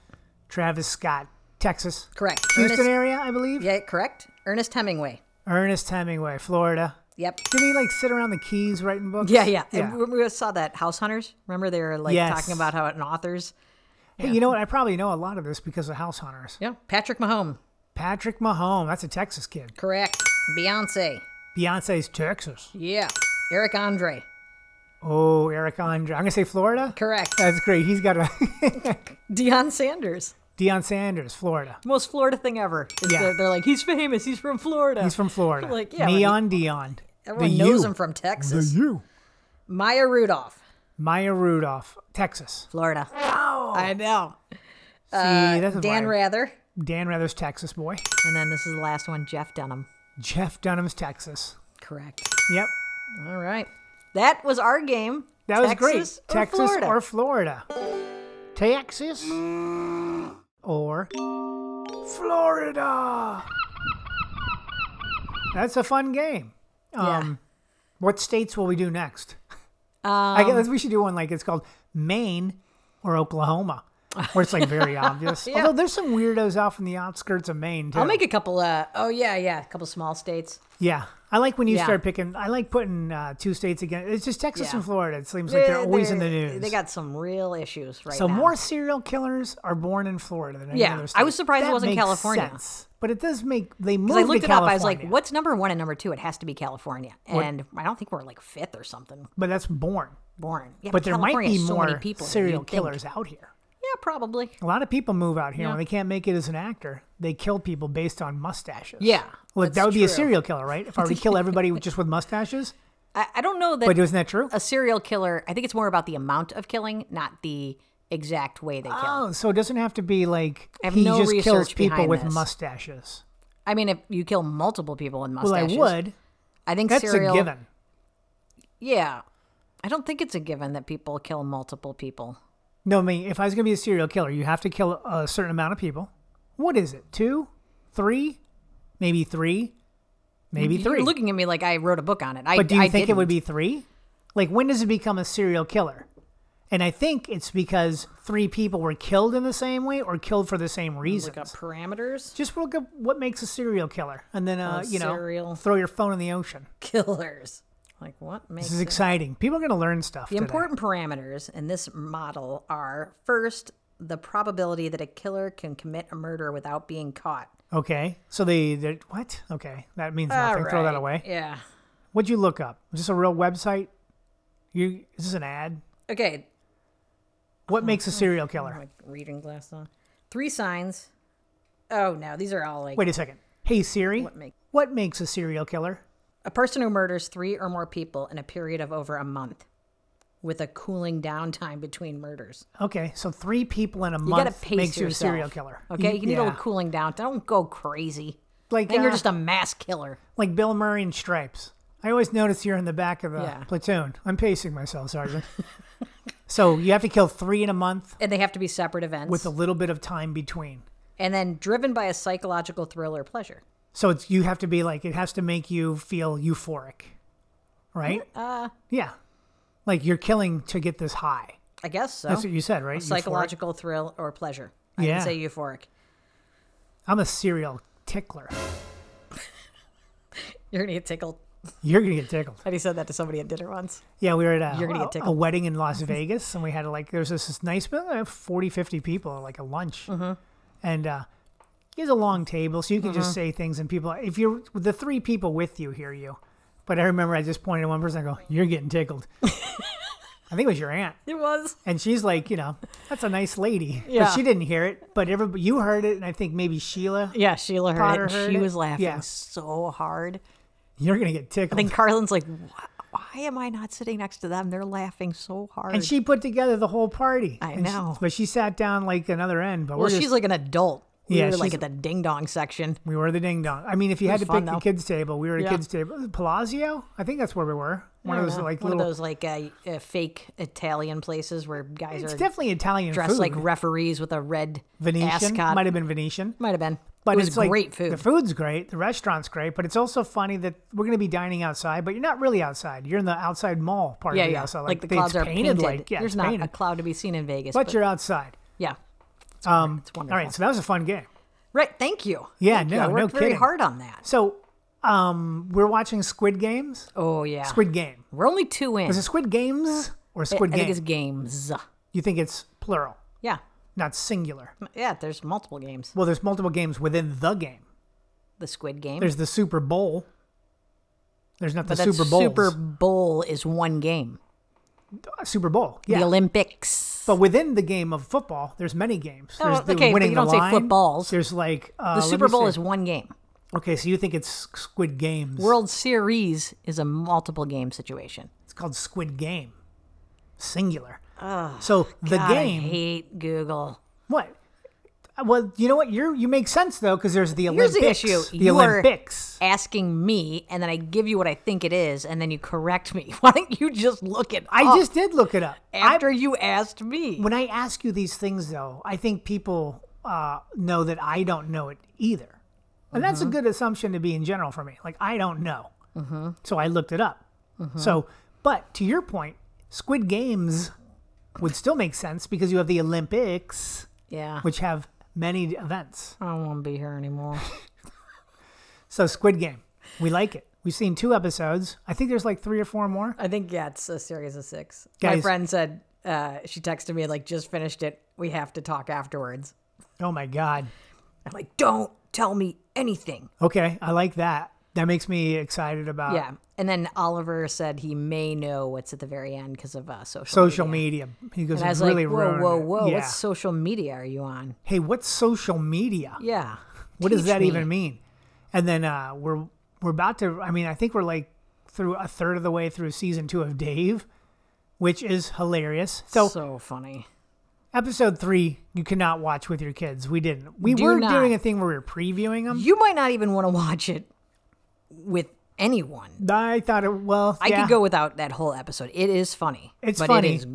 Travis Scott, Texas. correct. Houston Ernest, area, I believe. yeah, correct. Ernest Hemingway. Ernest Hemingway, Florida. Yep. Did he like sit around the keys writing books? Yeah, yeah. yeah. And we, we saw that House Hunters. Remember they were like Yes. talking about how an author's. Hey, you know what? I probably know a lot of this because of House Hunters. Yeah. Patrick Mahomes, Patrick Mahomes, that's a Texas kid. correct. Beyonce. Beyonce's Texas. Yeah. Eric Andre, Oh, Eric Andre. I'm gonna say Florida. correct. That's great. He's got a Uh, Deion Sanders. Deion Sanders, Florida. Most Florida thing ever. Is Yeah. They're, they're like, he's famous. He's from Florida. He's from Florida. Like, yeah, when he- Neon Dion. Everyone the knows U. him from The Texas. U. Maya Rudolph, Maya Rudolph, Texas. Florida. Oh. I know. See, that's why Uh, Dan Rather. Dan Rather's Texas boy. And then this is the last one, Jeff Dunham. Jeff Dunham's Texas. Correct. Yep. All right. That was our game. That was Texas great. Or Texas Florida. or Florida. Texas or Florida. That's a fun game. Um, What states will we do next? I guess Um, we should do one like it's called Maine or Oklahoma, where it's like very obvious. Although there's some weirdos off in the outskirts of Maine too. I'll make a couple. Uh, oh yeah, yeah, a couple small states. yeah, I like when you Yeah. start picking. I like putting uh, two states again. It's just Texas Yeah. and Florida. It seems like they're always in the Uh, They're- news. They got some real issues right so now. more serial killers are born in Florida than any Yeah, other state. I was surprised it That wasn't makes California. sense. but it does make they moved 'Cause I looked to it up. California. I was like, "What's number one and number two? It has to be California." And I don't think we're like fifth or something. but that's born. Boring. Yeah, But there might California be has so many more people in it, serial you'd think. killers out here. Yeah, probably. A lot of people move out here when they can't make it as an actor. They kill people based on mustaches. Yeah, Well, that's that would be a true. serial killer, right? If I were to kill everybody with- just with mustaches, I, I don't know that but isn't that true? a serial killer. I think it's more about the amount of killing, not the exact way they kill. Oh, so it doesn't have to be like I have he no just kills research people behind with this. mustaches. I mean, if you kill multiple people in Well, I mustaches, would. I think That's serial. a given. Yeah, I don't think it's a given that people kill multiple people. No, I mean, if I was going to be a serial killer, you have to kill a certain amount of people. What is it? Two, three, maybe three, maybe three. You're looking at me like I wrote a book on it. I, But do you Mm-hmm. I think it didn't. would be three? Like, when does it become a serial killer? And I think it's because three people were killed in the same way or killed for the same reason. Look up parameters? Just look up what makes a serial killer, and then uh, A you know, serial- throw your phone in the ocean. Killers. Like what makes This is it- exciting. People are going to learn stuff. the today. important parameters in this model are first the probability that a killer can commit a murder without being caught. Okay, so they they what? Okay, that means nothing. All Throw that right. away. Yeah. What'd you look up? Is this a real website? You is this an ad? Okay. What makes a serial My killer? reading glass on. Three signs. Oh no, these are all like Wait a second. Hey Siri, what make what makes a serial killer? a person who murders three or more people in a period of over a month, with a cooling down time between murders. Okay, so three people in a You gotta month pace makes you a yourself. serial killer. Okay, you, need a yeah. little cooling down. Don't go crazy. Like Then you're uh, just a mass killer. like Bill Murray in Stripes. I always notice you're in the back of the Yeah. platoon. I'm pacing myself, Sergeant. so you have to kill three in a month And they have to be separate events. with a little bit of time between. and then driven by a psychological thrill or pleasure. So it's you have to be like it has to make you feel euphoric, right? Uh, yeah, like you're killing to get this high. I guess so. That's what you said, right? Euphoric? psychological thrill or pleasure. I Yeah. didn't say euphoric. I'm a serial tickler. You're gonna get tickled. You're gonna get tickled. And he said that to somebody at dinner once. Yeah, we were at a, You're gonna get a- a, tickled. wedding in Las Vegas, and we had like there was this, this nice, uh, 40, 50 people, like a lunch, Mm-hmm. and uh, it's a long table, so you can just say things, and people, if you're the three people with you, hear you. But I remember I just pointed at one person, I go, "You're getting tickled." I think it was your aunt. It was. And she's like, you know, that's a nice lady. But Yeah. she didn't hear it. But everybody, you heard it, and I think maybe Sheila, Yeah, Sheila heard Potter it. And heard she it. was laughing Yeah. so hard. you're gonna get tickled. And Carlin's like, "Wh- why am I not sitting next to them? They're laughing so hard. and she put together the whole party. I And she- know. but she sat down like another end. But well, we're she's just, like an adult. Yeah, we were like she's- at the ding dong section. we were the ding dong. I mean, if you had was to fun, pick the though. kids table, we were at Yeah. kids table. Palazzo, I think that's where we were. One of I those dunno, like one little. of those like uh, uh, fake Italian places where guys it's are definitely Italian dressed food. like referees with a red Venetian ascot. might have been Venetian. Might have been. But it was it's like, great food. The food's great. The restaurant's great. But it's also funny that we're going to be dining outside, but you're not really outside. You're in the outside mall part yeah, of the yeah. outside. Like the they- clouds it's are painted. painted. Like, yeah, There's it's not painted. a cloud to be seen in Vegas. but, But, you're outside. yeah, Um, it's all wonderful. right, so that was a fun game. Right. Thank you. Yeah, Thank no, you. I no worked very kidding. hard on that. So, um, we're watching Squid Games. Oh yeah. Squid Game. We're only two in. Is it Squid Games or Squid I think Game? it's games. You think it's plural, Yeah. not singular. Yeah, there's multiple games. Well, there's multiple games within the game. The Squid Game. There's the Super Bowl. There's not the but that's Super Bowl. Super Bowl is one game. Super Bowl. Yeah. The Olympics. But within the game of football, there's many games. Oh, there's the okay, but winning you don't the say line. footballs. There's like uh, the let Super me Bowl see. is one game. okay. So you think it's Squid Games? World Series is a multiple game situation. It's called Squid Game, singular. so the God, I game. hate Google. What? Well, you know what? You you make sense though because there's the Here's Olympics. the issue. The You are- Olympics. Asking me, and then I give you what I think it is, and then you correct me. Why don't you just look it I up just did look it up. I- after you asked me? when I ask you these things though, I think people uh, know that I don't know it either, and that's a good assumption to be in general for me. Like I don't know, so I looked it up. So, but to your point, Squid Games would still make sense because you have the Olympics, Yeah, which have many events. I don't want to be here anymore. So Squid Game, we like it. We've seen two episodes. I think there's like three or four more. I think yeah, it's a series of six. My Guys. friend said uh, she texted me like just finished it. We have to talk afterwards. Oh my god. I'm like, don't tell me anything. Okay, I like that. That makes me excited about yeah, and then Oliver said he may know what's at the very end because of uh, social social media. media. He goes, And I was really like, whoa, ruined whoa, it." whoa! Yeah. What social media are you on? hey, what's social media? Yeah. What does Teach that me. even mean? And then uh, we're we're about to. I mean, I think we're like through a third of the way through season two of Dave, which is hilarious. So, So funny. episode three, you cannot watch with your kids. We didn't. We Do were not. doing a thing where we were previewing them. You might not even want to watch it with anyone. I thought it well. I yeah. could go without that whole episode. It is funny. It's but funny. It is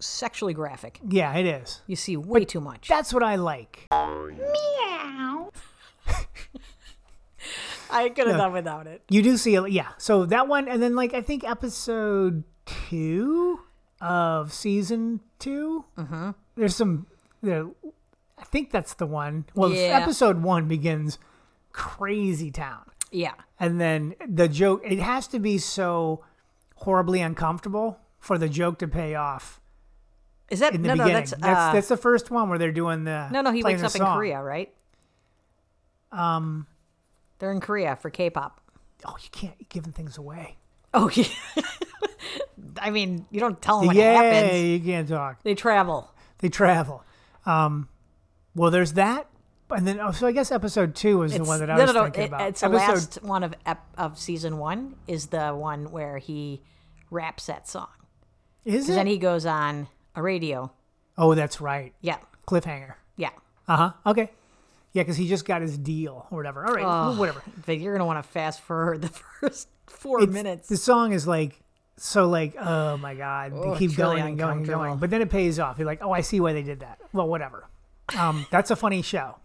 sexually graphic. Yeah, it is. You see way too much. That's what I like. I could have done without it. You do see, a- yeah. So that one, and then like I think episode two of season 2 Mm-hmm. There's some. There, I think that's the one. Well, Yeah. episode one begins crazy town, Yeah. and then the joke. It has to be so horribly uncomfortable for the joke to pay off Is that in the no beginning. no that's, that's, uh, that's the first one where they're doing the no no he playing wakes the up in song. Korea, right? Um They're in Korea for K pop. Oh, you can't you're giving things away. Oh yeah. I mean, you don't tell them what Yeah, happens. you can't talk. They travel. they travel. Um, well, there's that, and then oh, so I guess episode two was the one that I was thinking it- about. It's the episode, last one of ep- of season one is the one where he raps that song. is it? Then he goes on a radio. oh, that's right, Yeah, cliffhanger. yeah. Uh huh. Okay, yeah, because he just got his deal or whatever. All right, well, whatever. But you're gonna want to fast forward the first four It's- minutes. The song is like so like oh my god, they keep it's really going and going and going, uncomfortable. but then it pays off. You're like, oh, I see why they did that. Well, whatever. Um, that's a funny show.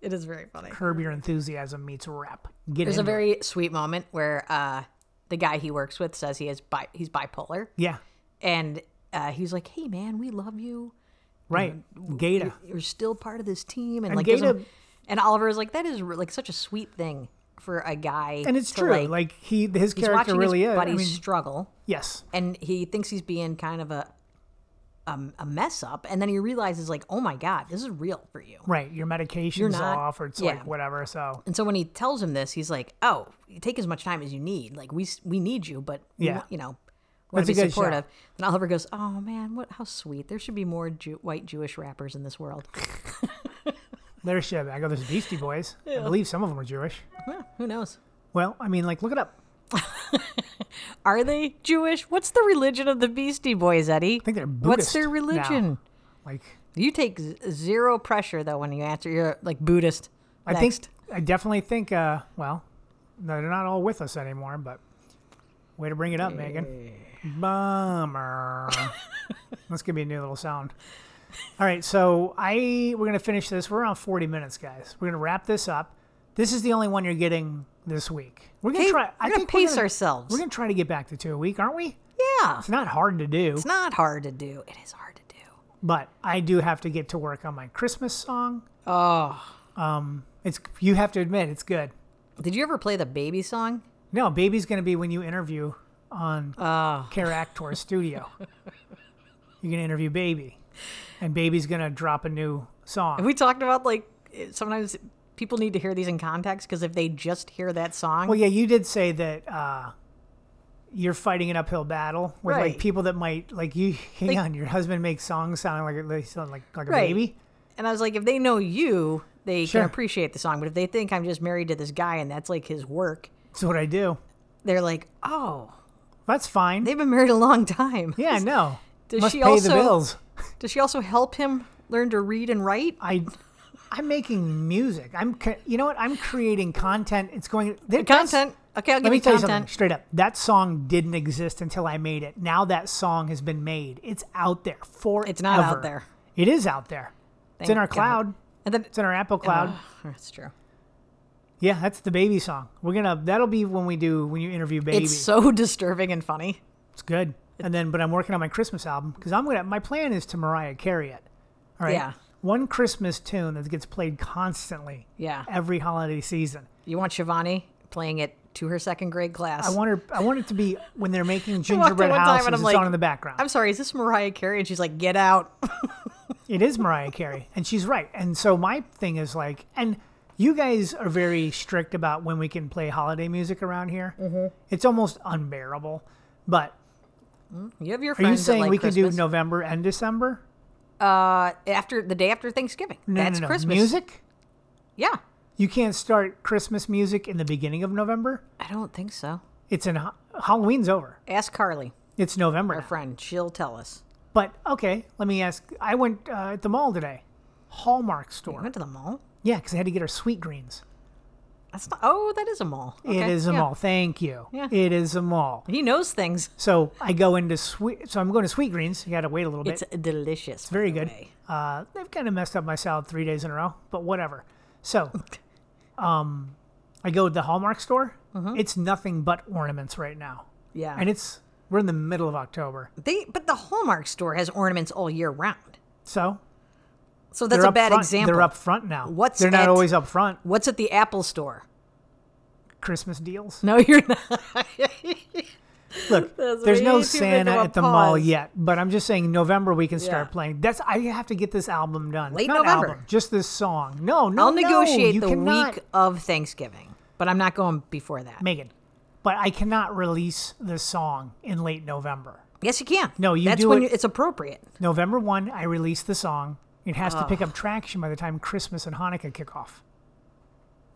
It is very funny. Curb Your Enthusiasm meets rap. Get There's into it. a very sweet moment where uh, the guy he works with says he is bi- he's bipolar, yeah, and uh, he's like, "Hey man, we love you. right. Mm-hmm. Gata. You're still part of this team." And, And like, gives Gaeta- him- and Oliver is like, "That is re- like such a sweet thing for a guy." And it's to, true. Like, he, his he's character watching really his is. buddies I mean, struggle, yes. and he thinks he's being kind of a um, a mess up, and then he realizes like, "Oh my god, this is real for you." Right, your medication's not- off, or it's yeah. like whatever. So And so when he tells him this, he's like, "Oh, you take as much time as you need. Like we s- we need you, but we Yeah. want- you know, we want That's a to be good shout. supportive." And Oliver goes, "Oh man, what how sweet. There should be more Jew- white Jewish rappers in this world. there's shit. I go, there's Beastie Boys. I believe some of them are Jewish. Huh, Who knows? Well, I mean, like, look it up. I Are they Jewish? What's the religion of the Beastie Boys, Eddie? I think they're What's Buddhist their now. religion? Like, You take z- zero pressure though when you answer. You're like Buddhist. I Next. think, I definitely think, uh, well, no, they're not all with us anymore, but way to bring it up, Megan. Bummer. That's gonna be a new little sound. All right, so I we're gonna finish this. We're around 40 minutes, guys. We're gonna wrap this up. This is the only one you're getting this week. We're gonna Hey, try. I we're gonna think pace we're gonna, ourselves. We're gonna try to get back to two a week, aren't we? yeah, It's not hard to do, it's not hard to do. It is hard to do. but I do have to get to work on my Christmas song. Um, Oh, It's you have to admit it's good. did you ever play the baby song? No, baby's gonna be when you interview on Care Actor Studio. You're gonna interview baby, and baby's gonna drop a new song. We talked about like it- sometimes people need to hear these in context because if they just hear that song, well, yeah, you did say that uh, you're fighting an uphill battle with Right. like people that might like you. Hang Like- on, your husband makes songs sounding like they sound like like a Right. baby. and I was like, if they know you, they Sure. can appreciate the song. But if they think I'm just married to this guy and that's like his work, That's what I do. they're like, oh, That's fine. they've been married a long time. yeah, no. Does Must she pay also the bills. does she also help him learn to read and write? I I'm making music. I'm, cre- you know what? I'm creating content. It's going. There, that's- Content. Okay, I'll give Let me you tell you content. something straight up. That song didn't exist until I made it. Now that song has been made. It's out there for. It's not out there. It is out there. it's in Thank our God. cloud. And then It's in our Apple Cloud. Oh, that's true. yeah, that's the baby song. We're gonna. That'll be when we do when you interview baby. It's so disturbing and funny. It's good. And then, but I'm working on my Christmas album because I'm gonna. My plan is to Mariah Carey it. All right. Yeah. One Christmas tune that gets played constantly. Yeah. Every holiday season. You want Shivani playing it to her second grade class. I want her. I want it to be when they're making I walked in gingerbread one time houses. and I'm it's like, on in the background. I'm sorry, is this Mariah Carey? And she's like, get out. It is Mariah Carey, and she's right. And so my thing is like, and you guys are very strict about when we can play holiday music around here. Mm-hmm. It's almost unbearable. But You have your are friends. you that saying like we can Christmas. do November and December? uh, after the day after Thanksgiving? No, That's no, no. Christmas. Music? Yeah. You can't start Christmas music in the beginning of November. I don't think so. It's in Ha- Halloween's over. Ask Carly, It's November. our now. friend. She'll tell us. But okay, let me ask. I went uh, at the mall today, Hallmark We store. went to the mall. Yeah, because I had to get our sweet greens. That's not. Oh, that is a mall. it Okay, is a yeah. mall. Thank you. Yeah. It is a mall. He knows things. So I go into sweet. So I'm going to Sweet Greens. You got to wait a little bit. It's delicious. It's Very good. Uh, they've kind of messed up my salad three days in a row, but whatever. So, um, I go to the Hallmark store. It's nothing but ornaments right now, Mm-hmm. Yeah. and it's we're in the middle of October. they but the Hallmark store has ornaments all year round. So So that's they're a up bad front. example. They're up front now. What's they're not at- always up front. What's at the Apple store? Christmas deals. No, you're not. Look, That's there's no way too big of Santa a at the mall pause. yet, but I'm just saying November we can start Yeah. playing. That's I have to get this album done. Late Not November. album, just this song. No, no, I'll no, negotiate you the cannot, week of Thanksgiving, but I'm not going before that. Megan. But I cannot release this song in late November. Yes, you can. No, you That's do when it- you- it's appropriate. November one, I release the song. It has to pick up traction by the time Christmas and Hanukkah kick off.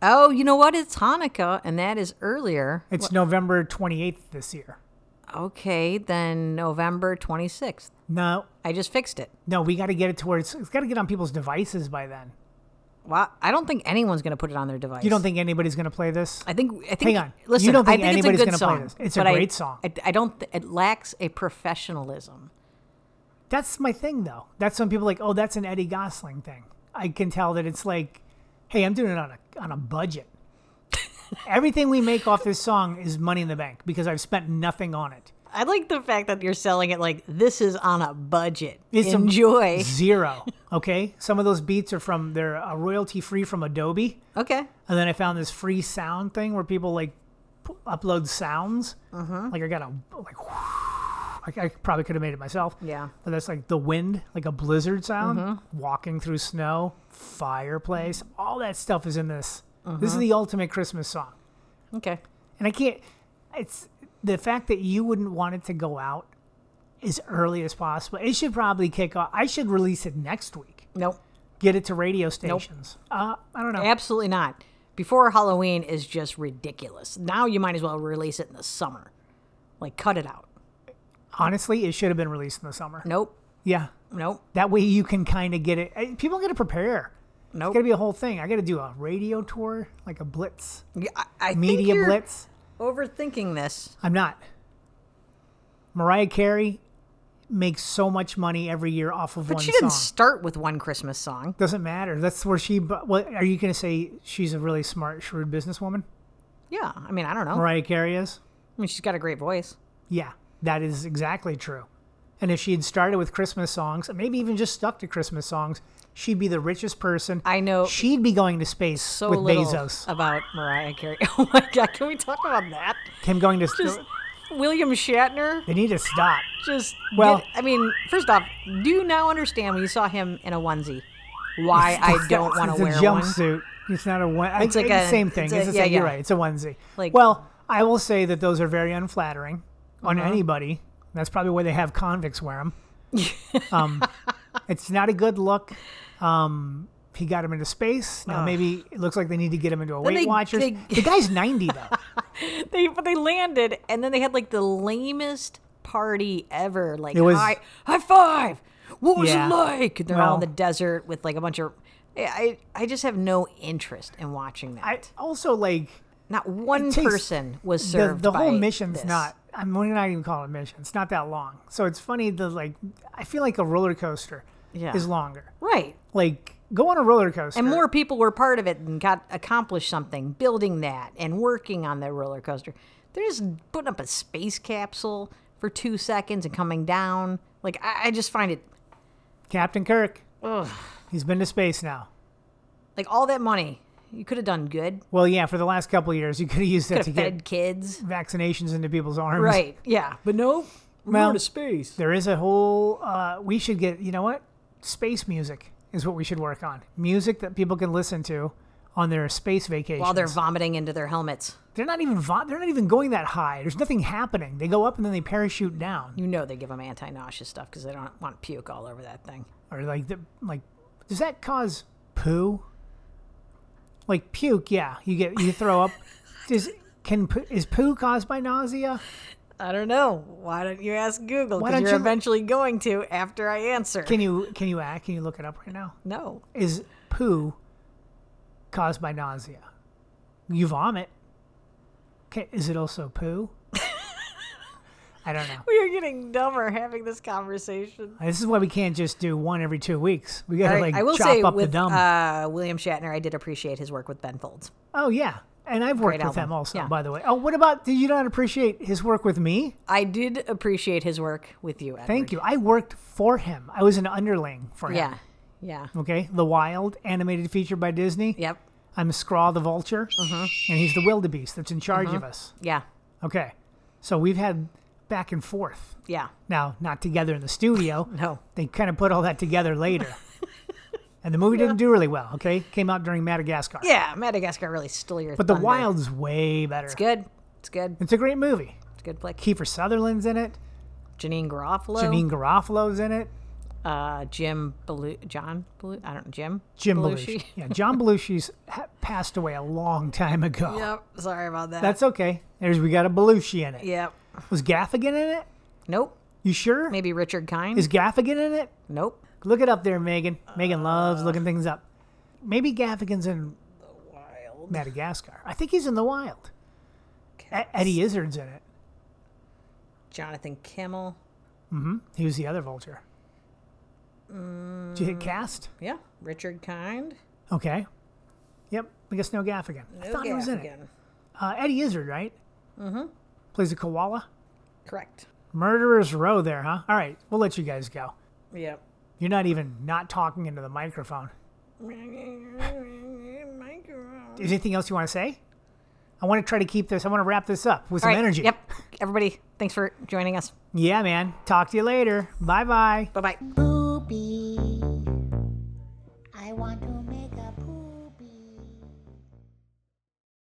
Oh, you know what? It's Hanukkah, and that is earlier. It's November twenty eighth this year. Okay, then November 26th. No, I just fixed it. no, we got to get it to where it's, it's got to get on people's devices by then. Wow, I don't think anyone's going to put it on their device. You don't think anybody's going to play this? I think. I think. Hang on. Listen, You don't think I think anybody's it's a good gonna play song. this. It's a but I- great song. I, I don't. Th- it lacks a professionalism. That's my thing, though. That's when people are like, oh, that's an Eddie Gosling thing. I can tell that it's like, hey, I'm doing it on a on a budget. Everything we make off this song is money in the bank because I've spent nothing on it. I like the fact that you're selling it like this is on a budget. It's a- Enjoy. Zero. Okay. Some of those beats are from they're uh, royalty free from Adobe, okay. and then I found this free sound thing where people like p- upload sounds. Mm-hmm. Like I got a like. I I probably could have made it myself. Yeah. But that's like the wind, like a blizzard sound, Mm-hmm. walking through snow, fireplace, all that stuff is in this. This Mm-hmm. is the ultimate Christmas song. Okay. And I can't, it's the fact that you wouldn't want it to go out as early as possible. It should probably kick off. I should release it next week, Nope. get it to radio stations. Uh, I don't know. Absolutely not. Before Halloween is just ridiculous. Now you might as well release it in the summer. Like cut it out. Honestly, it should have been released in the summer. Nope. Yeah. Nope. That way you can kind of get it. eh, People got to prepare. It's Nope. got to be a whole thing. I got to do a radio tour, like a blitz, Yeah, I, I think media you're blitz. Overthinking this. I'm not. Mariah Carey makes so much money every year off of But one she didn't song. start with one Christmas song. Doesn't matter. That's where she. But what are you going to say? She's a really smart, shrewd businesswoman. Yeah. I mean, I don't know. Mariah Carey is. I mean, she's got a great voice. Yeah, that is exactly true. And if she had started with Christmas songs, and maybe even just stuck to Christmas songs, she'd be the richest person. I know She'd be going to space so with little Bezos. about Mariah Carey. Oh my God. Can we talk about that? Him going to. Just William Shatner. they need to stop. just Well- well i mean first off do you now understand when you saw him in a onesie why i don't want It's to wear a one jumpsuit. It's not a one. It's like a- same thing. It's, it's a- the yeah, same. You're yeah. right. It's a onesie. Like- well, I will say that those are very unflattering on Uh-huh. anybody. That's probably why they have convicts wear them. um, it's not a good look. Um, he got him into space. Now maybe it looks like they need to get him into a Weight they- Watchers. they- the guy's 90 though. they, but they landed and then they had like the lamest party ever like It was- high, high five what was Yeah. it like and they're all Well- in the desert with like a bunch of I I just have no interest in watching that. I also like Not one takes- person was the, served. the whole by mission's this. not. I'm mean, we're not even calling it a mission. It's not that long. So it's funny. The like, I feel like a roller coaster Yeah. is longer. right. Like go on a roller coaster. And more people were part of it and got accomplished something, building that and working on that roller coaster. They're just putting up a space capsule for two seconds and coming down. Like I, I just find it Captain Kirk. ugh. He's been to space now. like all that money you could have done good. Well, yeah. For the last couple of years, you could have used it Could to have get fed kids. vaccinations into people's arms. Right. Yeah. But no, we're Well- going to space. There is a whole. Uh, we should get. You know what? Space music is what we should work on. Music that people can listen to on their space vacations. While they're vomiting into their helmets. they're not even vo- they're not even going that high. There's nothing happening. They go up and then they parachute down. You know they give them anti-nausea stuff because they don't want puke all over that thing. or like the, like does that cause poo like puke yeah you get you throw up does can poo- is poo caused by nausea I don't know. Why don't you ask Google? Why Because don't you're you- eventually going to after I answer. can you can you act can you look it up right now no. is poo caused by nausea you vomit okay is it also poo i don't know We are getting dumber having this conversation. this is why we can't just do one every two weeks we gotta All right, like I will chop say up with the dumb Uh, William Shatner, I did appreciate his work with Ben Folds. oh yeah and I've worked Great with album. him also, Yeah. by the way. Oh, what about? Did you not appreciate his work with me? I did appreciate his work with you, Edward. Thank you. I worked for him. I was an underling for him. Yeah, yeah, Okay. The Wild, animated feature by Disney. yep, I'm Scraw the Vulture, Mm-hmm. and he's the wildebeest that's in charge of us. yeah, Okay. So we've had back and forth. yeah. Now, not together in the studio. No, They kind of put all that together later. and the movie didn't do really well. Okay. Came out during Madagascar. yeah. Madagascar really stole your. But The thunder. Wild's way better. It's, It's good. It's good. a great movie. It's a good flick. Kiefer Sutherland's in it. Janine Garofalo. Janine Garofalo's in it. Uh, Jim Belu. John Belu. I don't. Jim. Jim Belushi. Yeah, John Belushi's ha- passed away a long time ago. Yep. Sorry about that. That's okay. There's we got a Belushi in it. Yep. Was Gaffigan in it? Nope. You sure? Maybe Richard Kind. Is Gaffigan in it? nope. Look it up there, Megan. Megan loves looking things up. Maybe Gaffigan's in Wild. Madagascar. I think he's in the wild. E- Eddie Izzard's in it. Jonathan Kimmel. He was the other vulture. Did you hit cast? Yeah. Richard Kind. Okay. Yep. I guess no Gaffigan. I thought he was in it. Uh, Eddie Izzard, right? Mm-hmm. Plays a koala. Correct. Murderer's Row there, huh? All right, we'll let you guys go. Yep. You're not even not talking into the microphone. Is there anything else you want to say? I want to try to keep this. I want to wrap this up with some energy. Yep. Everybody, thanks for joining us. Yeah, man. Talk to you later. Bye bye. Bye bye. Ooh,